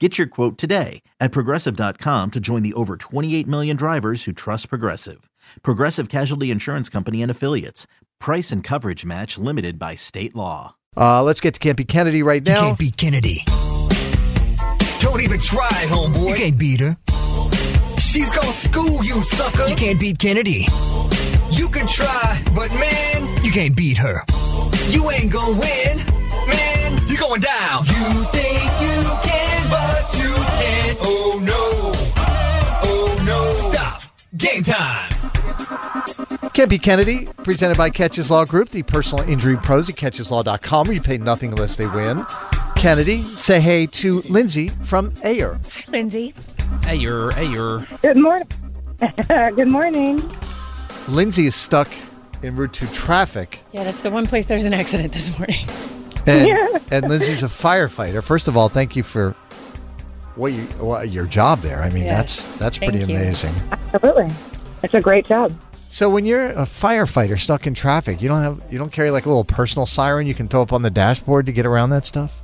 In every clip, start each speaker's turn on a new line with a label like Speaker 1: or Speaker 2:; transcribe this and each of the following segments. Speaker 1: Get your quote today at progressive.com to join the over 28 million drivers who trust Progressive. Progressive Casualty Insurance Company and Affiliates. Price and coverage match limited by state law.
Speaker 2: Uh, let's get to Campy Kennedy right
Speaker 3: You
Speaker 2: now.
Speaker 3: can't beat Kennedy.
Speaker 4: Don't even try, homeboy.
Speaker 3: You can't beat her.
Speaker 4: She's gonna school you, sucker.
Speaker 3: You can't beat Kennedy.
Speaker 4: You can try, but man,
Speaker 3: You can't beat her.
Speaker 4: you ain't gonna win. Man, you're going down. You think you can, but you can't. Oh no. Oh no. Stop. Game time.
Speaker 2: Campy Kennedy, presented by Catches Law Group, the personal injury pros at catcheslaw.com, where you pay nothing unless they win. Kennedy, say hey to Lindsay from Ayer.
Speaker 5: Lindsay.
Speaker 6: Ayer, ayer.
Speaker 7: Good morning. Good morning.
Speaker 2: Lindsay is stuck en route to traffic,
Speaker 5: Yeah, that's the one place there's an accident this morning.
Speaker 2: and, and Lindsay's a firefighter. First of all, thank you for what you what, your job there. I mean,
Speaker 5: Yeah.
Speaker 2: that's that's
Speaker 5: Thank
Speaker 2: pretty
Speaker 5: you.
Speaker 2: amazing.
Speaker 7: Absolutely. That's a great job.
Speaker 2: So when you're a firefighter stuck in traffic, you don't have you don't carry like a little personal siren you can throw up on the dashboard to get around that stuff.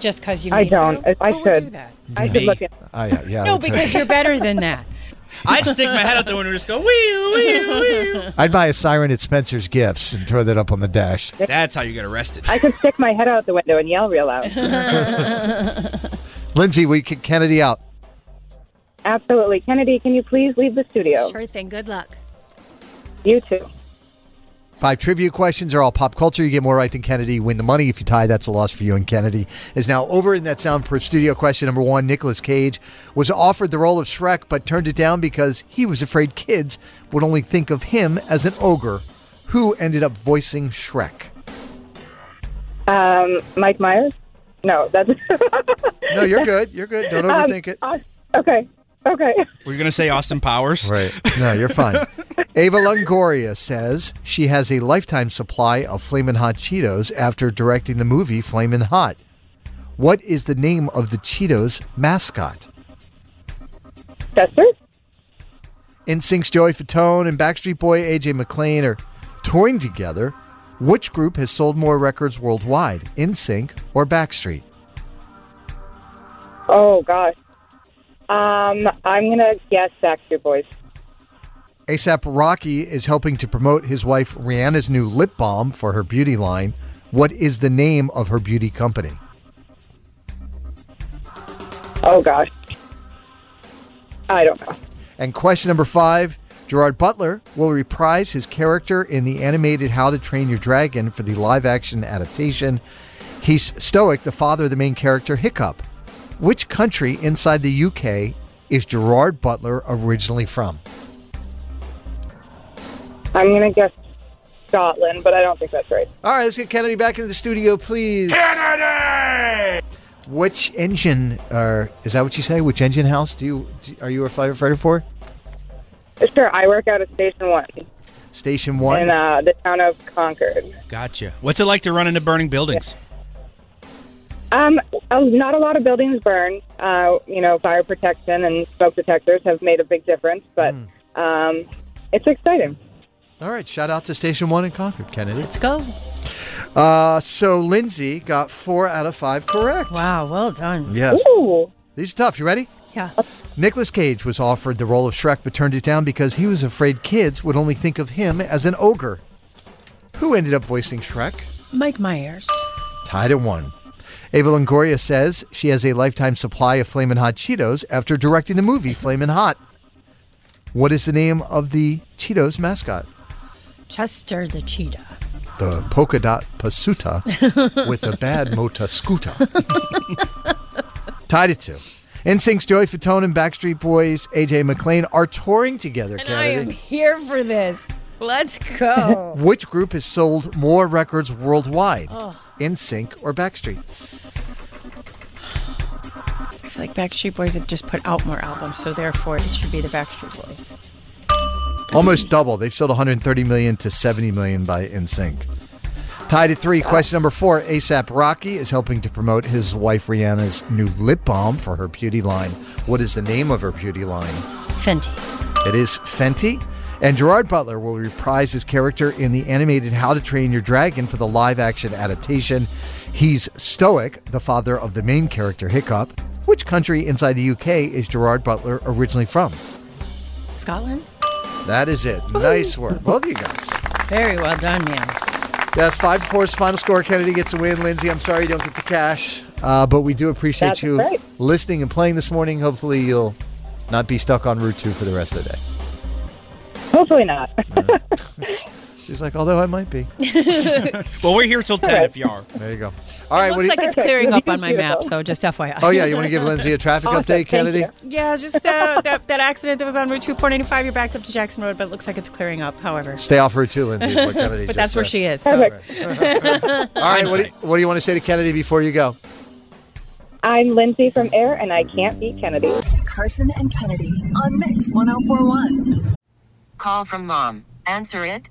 Speaker 5: Just because you.
Speaker 7: I
Speaker 5: need
Speaker 7: don't.
Speaker 5: To?
Speaker 7: I
Speaker 5: Who would do
Speaker 7: should.
Speaker 5: that?
Speaker 7: I should look at
Speaker 2: Ah, yeah, yeah.
Speaker 5: No,
Speaker 2: that's right.
Speaker 5: because you're better than that.
Speaker 6: I'd stick my head out the window and just go, wee, wee, wee.
Speaker 2: I'd buy a siren at Spencer's Gifts and throw that up on the dash.
Speaker 6: That's how you get arrested.
Speaker 7: I could stick my head out the window and yell real loud.
Speaker 2: Lindsay, we kick Kennedy out.
Speaker 7: Absolutely. Kennedy, can you please leave the studio?
Speaker 5: Sure thing. Good luck.
Speaker 7: You too.
Speaker 2: Five trivia questions are all pop culture. You get more right than Kennedy. You Win the money. If you tie, that's a loss for you. And Kennedy is now over in that soundproof studio. Question number one Nicolas Cage was offered the role of Shrek, but turned it down because he was afraid kids would only think of him as an ogre. Who ended up voicing Shrek?
Speaker 7: Um, Mike Myers? No, that's.
Speaker 2: No, you're good. You're good. Don't
Speaker 7: Um,
Speaker 2: overthink it.
Speaker 7: uh, okay. Okay.
Speaker 6: Were you going to say Austin Powers?
Speaker 2: Right. No, you're fine. Ava Longoria says she has a lifetime supply of Flamin' Hot Cheetos after directing the movie Flamin' Hot. What is the name of the Cheetos mascot?
Speaker 7: Chester?
Speaker 2: NSYNC's Joey Fatone and Backstreet Boy AJ McLean are touring together. Which group has sold more records worldwide, NSYNC or Backstreet?
Speaker 7: Oh, gosh. Um, I'm going to guess Backstreet Boys.
Speaker 2: ASAP Rocky is helping to promote his wife Rihanna's new lip balm for her beauty line. What is the name of her beauty company?
Speaker 7: Oh, gosh. I don't know.
Speaker 2: And question number five Gerard Butler will reprise his character in the animated How to Train Your Dragon for the live action adaptation. He's Stoic, the father of the main character, Hiccup. Which country inside the UK is Gerard Butler originally from?
Speaker 7: I'm going to guess Scotland, but I don't think that's right.
Speaker 2: All right, let's get Kennedy back into the studio, please. Kennedy! Which engine, or is that what you say? Which engine house do you do, are you a firefighter for?
Speaker 7: Sure, I work out at Station 1
Speaker 2: Station one.
Speaker 7: in uh, the town of Concord.
Speaker 6: Gotcha. What's it like to run into burning buildings?
Speaker 7: Um, uh, not a lot of buildings burn. Uh, you know, fire protection and smoke detectors have made a big difference, but um, it's exciting.
Speaker 2: All right, shout out to Station One in Concord, Kennedy.
Speaker 5: Let's go.
Speaker 2: Uh, so Lindsay got four out of five correct.
Speaker 5: Wow. Well done.
Speaker 2: Yes.
Speaker 7: Ooh,
Speaker 2: These are tough. You ready?
Speaker 5: Yeah.
Speaker 2: Nicolas Cage was offered the role of Shrek but turned it down because he was afraid kids would only think of him as an ogre. Who ended up voicing Shrek?
Speaker 5: Mike Myers.
Speaker 2: Tied at one. Ava Longoria says she has a lifetime supply of Flamin' Hot Cheetos after directing the movie Flamin' Hot. What is the name of the Cheetos mascot?
Speaker 5: Chester the cheetah.
Speaker 2: The polka dot pasuta with the bad mota scooter. Tied at two. NSYNC's Joey Fatone and Backstreet Boys AJ McLean are touring together.
Speaker 8: And I am
Speaker 2: Kennedy.
Speaker 8: here for this. Let's go.
Speaker 2: Which group has sold more records worldwide? In Sync or Backstreet?
Speaker 8: I feel like Backstreet Boys have just put out more albums, so therefore it should be the Backstreet Boys.
Speaker 2: Almost double. They've sold 130 million to 70 million by NSYNC. Tied at three. Question number four. ASAP Rocky is helping to promote his wife Rihanna's new lip balm for her beauty line. What is the name of her beauty line?
Speaker 5: Fenty.
Speaker 2: It is Fenty. And Gerard Butler will reprise his character in the animated How to Train Your Dragon for the live action adaptation. He's Stoic, the father of the main character Hiccup. Which country inside the UK is Gerard Butler originally from?
Speaker 8: Scotland?
Speaker 2: That is it. Nice work, both of you guys.
Speaker 5: Very well done, man.
Speaker 2: That's five to four's final score. Kennedy gets a win. Lindsay, I'm sorry you don't get the cash, uh, but we do appreciate
Speaker 7: That's
Speaker 2: you
Speaker 7: right.
Speaker 2: listening and playing this morning. Hopefully, you'll not be stuck on Route 2 for the rest of the day.
Speaker 7: Hopefully not.
Speaker 2: She's like, although I might be.
Speaker 6: Well, we're here till 10 if you are.
Speaker 2: There you go. All right.
Speaker 8: Looks
Speaker 2: What do you,
Speaker 8: like it's clearing up on my map, so just FYI.
Speaker 2: oh, yeah. You want to give Lindsay a
Speaker 8: Oh,
Speaker 2: traffic
Speaker 7: Awesome,
Speaker 2: update,
Speaker 7: thank
Speaker 2: Kennedy?
Speaker 7: you.
Speaker 8: Yeah, just uh, that, that accident that was on Route 2 495. You're backed up to Jackson Road, but it looks like it's clearing up, however.
Speaker 2: Stay off Route 2, Lindsay, is what Kennedy
Speaker 8: But that's
Speaker 2: just
Speaker 8: where
Speaker 2: said.
Speaker 8: she is. So.
Speaker 7: Perfect.
Speaker 2: All right. What do, you, what do you want to say to Kennedy before you go?
Speaker 7: I'm Lindsay from Air, and I can't beat Kennedy.
Speaker 9: Carson and Kennedy on Mix 1041. Call from mom. Answer it.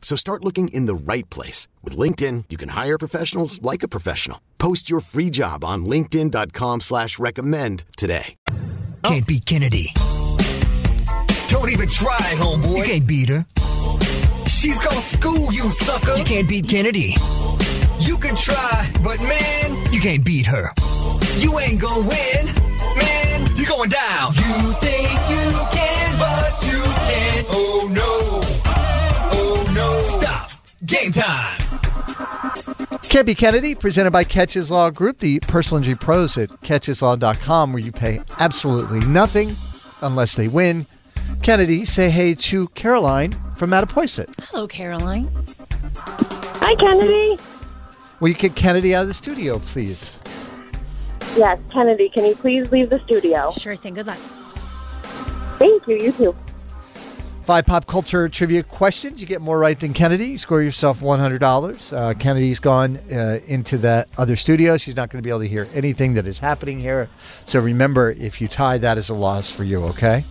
Speaker 10: So start looking in the right place. With LinkedIn, you can hire professionals like a professional. Post your free job on linkedin.com/recommend slash recommend today.
Speaker 3: Can't beat Kennedy.
Speaker 4: Oh. Don't even try, homeboy.
Speaker 3: You can't beat her.
Speaker 4: She's gonna school you, sucker.
Speaker 3: You can't beat Kennedy.
Speaker 4: You can try, but man,
Speaker 3: You can't beat her.
Speaker 4: You ain't gonna win, man. You're going down. You think you can, but you can't. Oh no. Oh no. Stop. Game time.
Speaker 2: Can't be Kennedy, presented by Catches Law Group, the personal injury pros at catcheslaw.com, where you pay absolutely nothing unless they win. Kennedy, say hey to Caroline from Mattapoisett.
Speaker 5: Hello, Caroline.
Speaker 7: Hi, Kennedy.
Speaker 2: Will you kick Kennedy out of the studio, please?
Speaker 7: Yes, Kennedy. Can you please leave the studio?
Speaker 5: Sure thing. Good luck.
Speaker 7: Thank you. You too.
Speaker 2: Five pop culture trivia questions. You get more right than Kennedy. You score yourself $100. Uh, Kennedy's gone uh, into that other studio. She's not going to be able to hear anything that is happening here. So remember, if you tie, that is a loss for you, okay?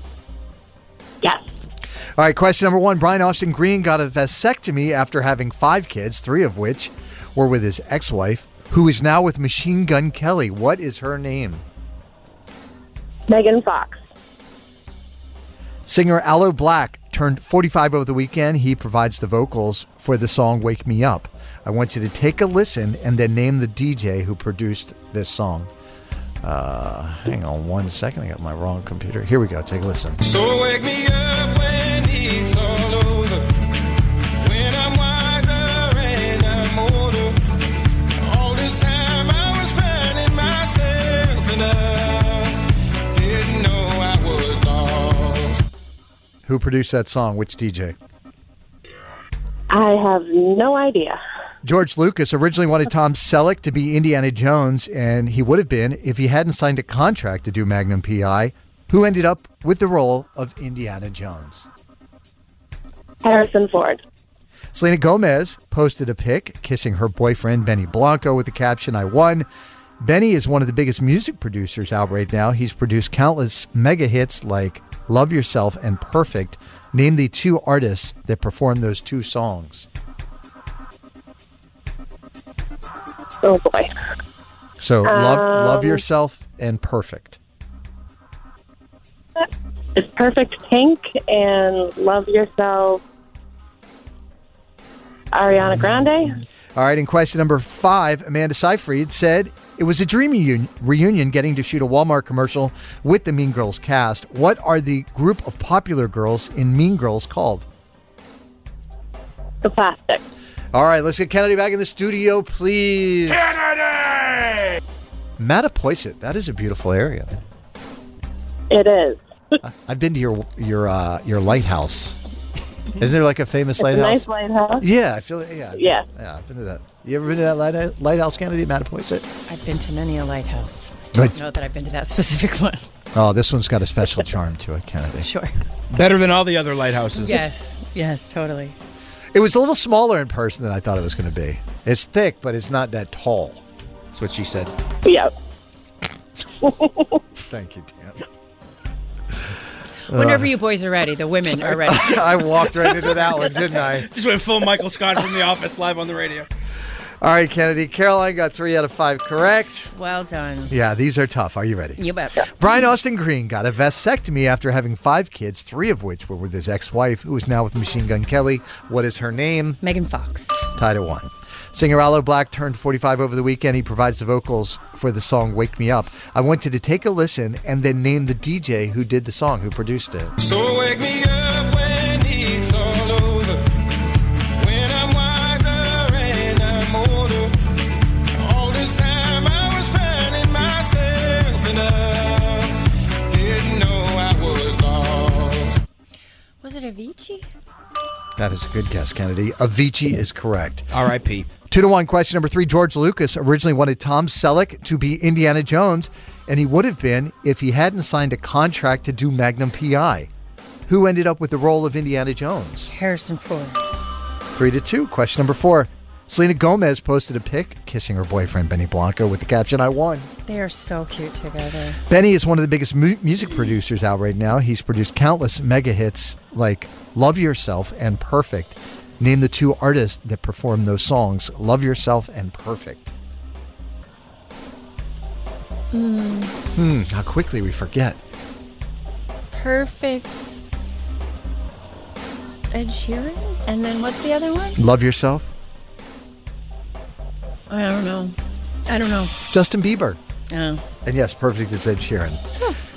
Speaker 7: Yes.
Speaker 2: All right, question number one. Brian Austin Green got a vasectomy after having five kids, three of which were with his ex wife, who is now with Machine Gun Kelly. What is her name?
Speaker 7: Megan Fox.
Speaker 2: Singer Aloe Black turned 45 over the weekend. He provides the vocals for the song Wake Me Up. I want you to take a listen and then name the DJ who produced this song. Uh, hang on one second. I got my wrong computer. Here we go. Take a listen.
Speaker 4: So wake me up when it's all
Speaker 2: Who produced that song? Which DJ?
Speaker 11: I have no idea.
Speaker 2: George Lucas originally wanted Tom Selleck to be Indiana Jones, and he would have been if he hadn't signed a contract to do Magnum PI, who ended up with the role of Indiana Jones.
Speaker 11: Harrison Ford.
Speaker 2: Selena Gomez posted a pic kissing her boyfriend Benny Blanco with the caption, I won. Benny is one of the biggest music producers out right now. He's produced countless mega hits like Love Yourself and Perfect. Name the two artists that performed those two songs.
Speaker 11: Oh boy.
Speaker 2: So love, love
Speaker 11: Um,
Speaker 2: yourself and perfect.
Speaker 11: It's Perfect Pink and Love Yourself. Ariana Grande.
Speaker 2: All right, in question number five, Amanda Seyfried said it was a dream reunion, reunion getting to shoot a Walmart commercial with the Mean Girls cast. What are the group of popular girls in Mean Girls called?
Speaker 11: The Plastic.
Speaker 2: All right, let's get Kennedy back in the studio, please. Kennedy! Mattapoisett, that is a beautiful area.
Speaker 11: It is.
Speaker 2: I've been to your your uh, your lighthouse. Isn't there like a famous
Speaker 11: It's a
Speaker 2: lighthouse?
Speaker 11: nice lighthouse.
Speaker 2: Yeah, I feel it. Yeah.
Speaker 11: Yeah.
Speaker 2: Yeah, I've been to that. You ever been to that light- lighthouse, Kennedy, Mattapoisett?
Speaker 5: I've been to many a lighthouse. I
Speaker 2: But-
Speaker 5: don't know that I've been to that specific one.
Speaker 2: Oh, this one's got a special charm to it, Kennedy.
Speaker 5: Sure.
Speaker 6: Better than all the other lighthouses.
Speaker 5: Yes. Yes, totally.
Speaker 2: It was a little smaller in person than I thought it was going to be. It's thick, but it's not that tall.
Speaker 6: That's what she said.
Speaker 11: Yep.
Speaker 2: Thank you, Dan.
Speaker 5: Whenever you boys are ready, the women are ready.
Speaker 2: I walked right into that one, didn't I?
Speaker 6: Just went full Michael Scott from The Office live on the radio.
Speaker 2: All right, Kennedy. Caroline got three out of five correct.
Speaker 5: Well done.
Speaker 2: Yeah, these are tough. Are you ready?
Speaker 5: You bet.
Speaker 2: Brian Austin Green got a vasectomy after having five kids, three of which were with his ex wife, who is now with Machine Gun Kelly. What is her name?
Speaker 5: Megan Fox.
Speaker 2: Tied at one. Singer Aloe Black turned 45 over the weekend. He provides the vocals for the song Wake Me Up. I want you to take a listen and then name the DJ who did the song, who produced it.
Speaker 4: So wake me up when it's all over. When I'm wiser and I'm older. All this time I was finding myself and I didn't know I was lost.
Speaker 5: Was it Avicii?
Speaker 2: That is a good guess, Kennedy. Avicii is correct.
Speaker 6: R.I.P.
Speaker 2: Two to one. Question number three. George Lucas originally wanted Tom Selleck to be Indiana Jones, and he would have been if he hadn't signed a contract to do Magnum PI. Who ended up with the role of Indiana Jones?
Speaker 5: Harrison Ford.
Speaker 2: Three to two. Question number four. Selena Gomez posted a pic kissing her boyfriend Benny Blanco with the caption, I won.
Speaker 5: They are so cute together.
Speaker 2: Benny is one of the biggest mu- music producers out right now. He's produced countless mega hits like Love Yourself and Perfect. Name the two artists that performed those songs, Love Yourself and Perfect.
Speaker 5: Mm,
Speaker 2: Hmm, how quickly we forget.
Speaker 5: perfect. Ed Sheeran? And then what's the other one?
Speaker 2: Love Yourself,
Speaker 5: I don't know. I don't know.
Speaker 2: Justin Bieber.
Speaker 5: Oh.
Speaker 2: And yes, Perfect is Ed Sheeran.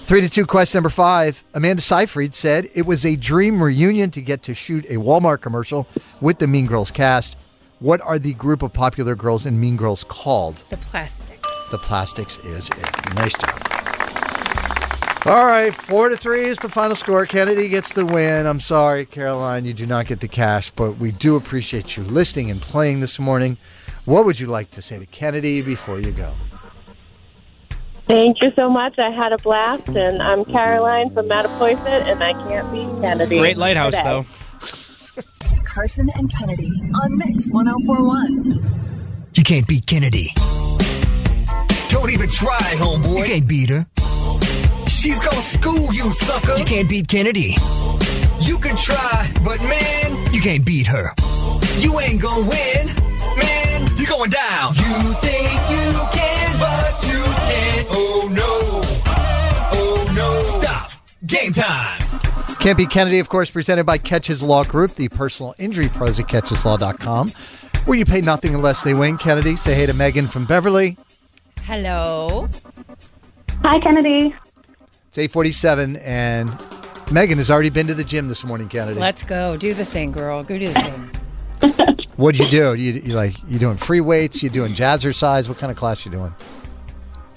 Speaker 2: Three to two, question number five. Amanda Seyfried said it was a dream reunion to get to shoot a Walmart commercial with the Mean Girls cast. What are the group of popular girls in Mean Girls called?
Speaker 5: The plastic.
Speaker 2: The Plastics is it. Nice job. All right, four to three is the final score. Kennedy gets the win. I'm sorry, Caroline, you do not get the cash, but we do appreciate you listening and playing this morning. What would you like to say to Kennedy before you go?
Speaker 11: Thank you so much. I had a blast, and I'm Caroline from Mattapoisett, and I can't be Kennedy.
Speaker 6: Great lighthouse,
Speaker 11: today.
Speaker 6: though.
Speaker 9: Carson and Kennedy on Mix 1041.
Speaker 3: You can't beat Kennedy.
Speaker 4: Don't even try, homeboy.
Speaker 3: You can't beat her.
Speaker 4: She's gonna school you, sucker.
Speaker 3: You can't beat Kennedy.
Speaker 4: You can try, but man,
Speaker 3: You can't beat her.
Speaker 4: you ain't gonna win. Man, you're going down. You think you can, but you can't. Oh no. Oh no. Stop. Game time.
Speaker 2: Can't Be Kennedy, of course, presented by Catches Law Group, the personal injury pros at catcheslaw.com, where you pay nothing unless they win. Kennedy, say hey to Megan from Beverly.
Speaker 5: Hello.
Speaker 12: Hi, Kennedy.
Speaker 2: It's 847, and Megan has already been to the gym this morning, Kennedy.
Speaker 5: Let's go. Do the thing, girl. Go do the thing.
Speaker 2: What'd you do? You, you like you doing free weights? You doing jazzercise? What kind of class you doing?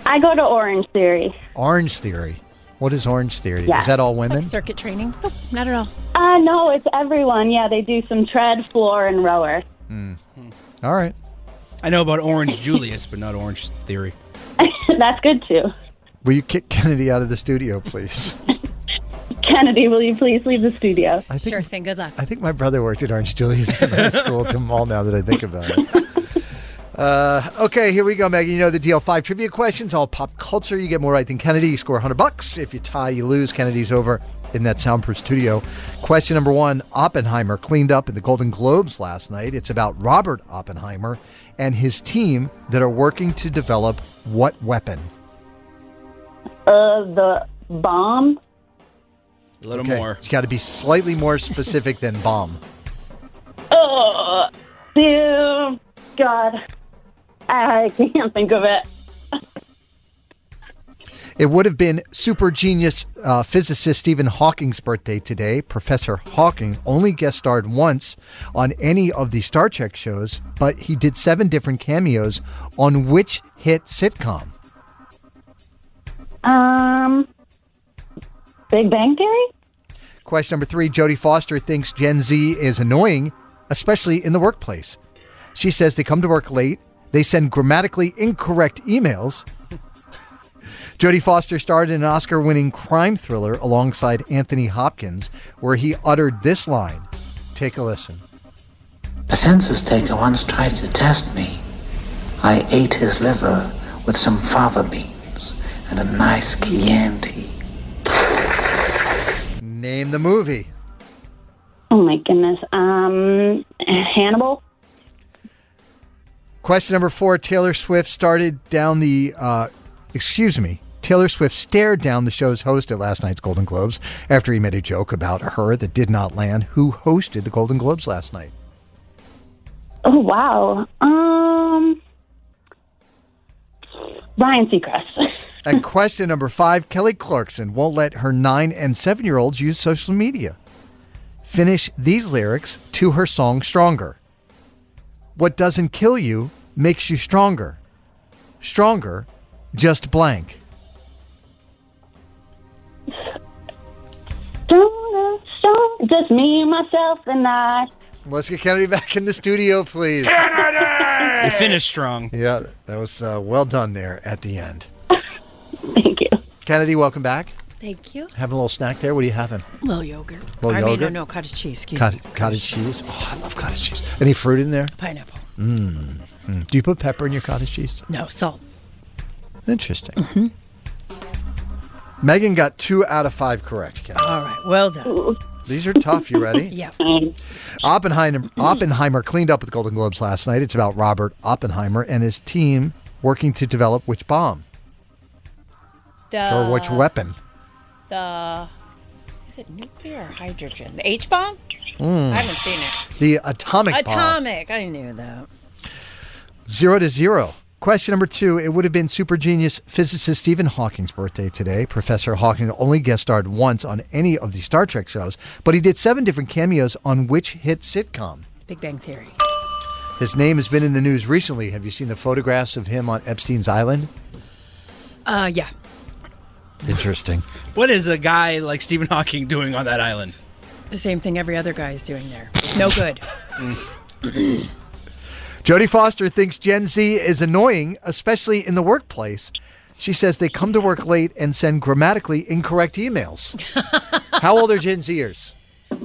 Speaker 12: I go to Orange Theory.
Speaker 2: Orange Theory. What is Orange Theory?
Speaker 12: Yeah.
Speaker 2: Is that all
Speaker 8: Like
Speaker 2: women?
Speaker 8: circuit training? Nope, not at all.
Speaker 12: Uh, no, it's everyone. Yeah, they do some tread, floor, and rower.
Speaker 2: All right.
Speaker 6: I know about Orange Julius, but not Orange Theory.
Speaker 12: That's good too.
Speaker 2: Will you kick Kennedy out of the studio, please?
Speaker 12: Kennedy, will you please leave the studio?
Speaker 2: I think-
Speaker 12: sure
Speaker 8: thing. Good luck.
Speaker 2: I think my brother worked at Orange Julius in high school at the mall now that I think about it. Uh, okay, here we go, Maggie. You know the deal. Five trivia questions, all pop culture. You get more right than Kennedy. You score 100 bucks. If you tie, you lose. Kennedy's over in that soundproof studio. Question number one Oppenheimer cleaned up in the Golden Globes last night. It's about Robert Oppenheimer and his team that are working to develop what weapon?
Speaker 12: Uh, the bomb.
Speaker 6: A little more.
Speaker 2: You got to be slightly more specific than bomb.
Speaker 12: Oh, dear God, I can't think of it.
Speaker 2: It would have been super genius uh, physicist Stephen Hawking's birthday today. Professor Hawking only guest starred once on any of the Star Trek shows, but he did seven different cameos on which hit sitcom?
Speaker 12: Um, Big Bang Theory.
Speaker 2: Question number three Jodie Foster thinks Gen Z is annoying, especially in the workplace. She says they come to work late, they send grammatically incorrect emails. Jodie Foster starred in an Oscar winning crime thriller alongside Anthony Hopkins, where he uttered this line. Take a listen.
Speaker 13: A census taker once tried to test me. I ate his liver with some fava beans and a nice Chianti.
Speaker 2: Name the movie.
Speaker 12: Oh my goodness. Um, Hannibal.
Speaker 2: Question number four Taylor Swift started down the, uh, excuse me, Taylor Swift stared down the show's host at last night's Golden Globes after he made a joke about her that did not land. Who hosted the Golden Globes last night?
Speaker 12: Oh wow. Um, Ryan Seacrest.
Speaker 2: And question number five Kelly Clarkson won't let her nine and seven year olds use social media. Finish these lyrics to her song Stronger. What doesn't kill you makes you stronger. Stronger, just blank.
Speaker 12: Stronger, stronger. Just me, myself, and
Speaker 7: uh,
Speaker 12: I.
Speaker 2: Let's get Kennedy back in the studio, please.
Speaker 6: You finished strong.
Speaker 2: Yeah, that was uh, well done there at the end. Thank you. Kennedy, welcome back.
Speaker 8: Thank you.
Speaker 2: Having a little snack there. What are you having?
Speaker 8: Little yogurt.
Speaker 2: Little
Speaker 8: I mean, no,
Speaker 2: yogurt?
Speaker 8: no, cottage cheese. Excuse me.
Speaker 2: Cottage, cottage cheese. Oh, I love cottage cheese. Any fruit in there?
Speaker 8: Pineapple.
Speaker 2: Mm. Mm. Do you put pepper in your cottage cheese?
Speaker 8: No, salt.
Speaker 2: Interesting. Megan got two out of five correct. Kennedy.
Speaker 8: All right, well done.
Speaker 2: These are tough. You ready?
Speaker 8: yeah.
Speaker 2: Oppenheimer, Oppenheimer cleaned up at the Golden Globes last night. It's about Robert Oppenheimer and his team working to develop which bomb
Speaker 8: The,
Speaker 2: or which weapon.
Speaker 8: The is it nuclear or hydrogen? The H bomb?
Speaker 2: Mm.
Speaker 8: I haven't seen it.
Speaker 2: The atomic, bomb.
Speaker 8: Atomic. I knew that.
Speaker 2: Zero to zero. Question number two. It would have been super genius physicist Stephen Hawking's birthday today. Professor Hawking only guest starred once on any of the Star Trek shows, but he did seven different cameos on which hit sitcom.
Speaker 8: Big Bang Theory.
Speaker 2: His name has been in the news recently. Have you seen the photographs of him on Epstein's Island?
Speaker 8: Uh, yeah.
Speaker 2: Interesting.
Speaker 6: What is a guy like Stephen Hawking doing on that island?
Speaker 8: The same thing every other guy is doing there. No good.
Speaker 2: Jodie Foster thinks Gen Z is annoying, especially in the workplace. She says they come to work late and send grammatically incorrect emails. How old are Gen Zers?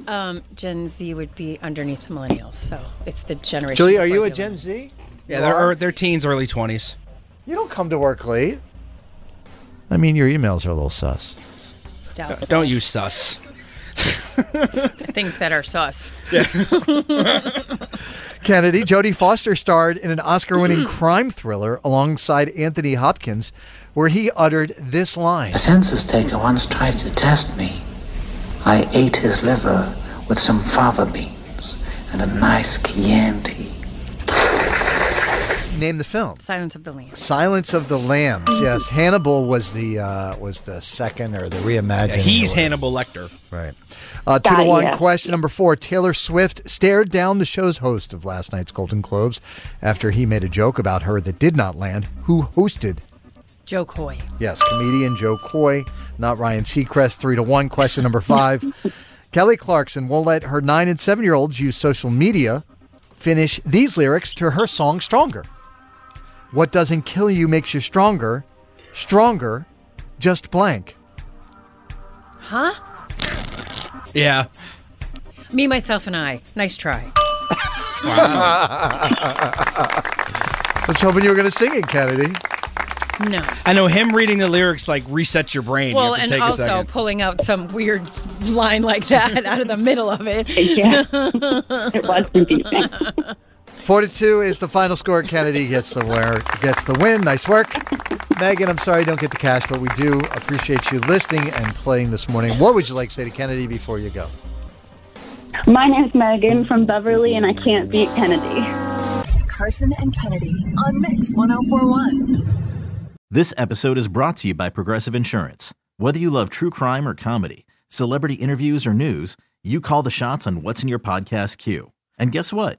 Speaker 8: Um, Gen Z would be underneath the millennials, so it's the generation.
Speaker 2: Julie, are
Speaker 8: before
Speaker 2: you a
Speaker 8: the-
Speaker 2: Gen Z?
Speaker 6: Yeah,
Speaker 2: You
Speaker 6: they're
Speaker 2: are?
Speaker 6: ear- they're teens, early twenties.
Speaker 2: You don't come to work late. I mean, your emails are a little sus.
Speaker 8: Doubtful.
Speaker 6: Don't use sus.
Speaker 8: Things that are sus.
Speaker 2: Kennedy, Jodie Foster starred in an Oscar winning crime thriller alongside Anthony Hopkins, where he uttered this line.
Speaker 13: A census taker once tried to test me. I ate his liver with some fava beans and a nice Chianti.
Speaker 2: Name the film.
Speaker 8: Silence of the Lambs.
Speaker 2: Silence of the Lambs. Yes, Hannibal was the uh, was the second or the reimagined.
Speaker 6: Yeah,
Speaker 2: or
Speaker 6: he's
Speaker 2: whatever.
Speaker 6: Hannibal Lecter.
Speaker 2: Right. Uh, two to
Speaker 6: Got
Speaker 2: one.
Speaker 6: ya.
Speaker 2: Question number four. Taylor Swift stared down the show's host of last night's Golden Globes after he made a joke about her that did not land. Who hosted
Speaker 14: Joe Coy.
Speaker 2: Yes, comedian Joe Coy, not Ryan Seacrest. Three to one. Question number five. Kelly Clarkson won't let her nine and seven year olds use social media. Finish these lyrics to her song Stronger. What doesn't kill you makes you stronger. Stronger, just blank.
Speaker 14: Huh?
Speaker 2: Yeah.
Speaker 14: Me, myself, and I. Nice try.
Speaker 2: I was hoping you were going to sing it, Kennedy.
Speaker 14: No.
Speaker 6: I know him reading the lyrics like resets your brain.
Speaker 14: well,
Speaker 6: you have
Speaker 14: and
Speaker 6: to take a
Speaker 14: also
Speaker 6: second.
Speaker 14: pulling out some weird line like that out of the middle of it.
Speaker 2: Yeah.
Speaker 14: it was
Speaker 2: Four to two is the final score. Kennedy gets the wear, gets the win. Nice work, Megan. I'm sorry you don't get the cash, but we do appreciate you listening and playing this morning. What would you like to say to Kennedy before you go?
Speaker 7: My name's Megan from Beverly, and I can't beat Kennedy.
Speaker 15: Carson and Kennedy on Mix 1041.
Speaker 1: This episode is brought to you by Progressive Insurance. Whether you love true crime or comedy, celebrity interviews or news, you call the shots on what's in your podcast queue. And guess what?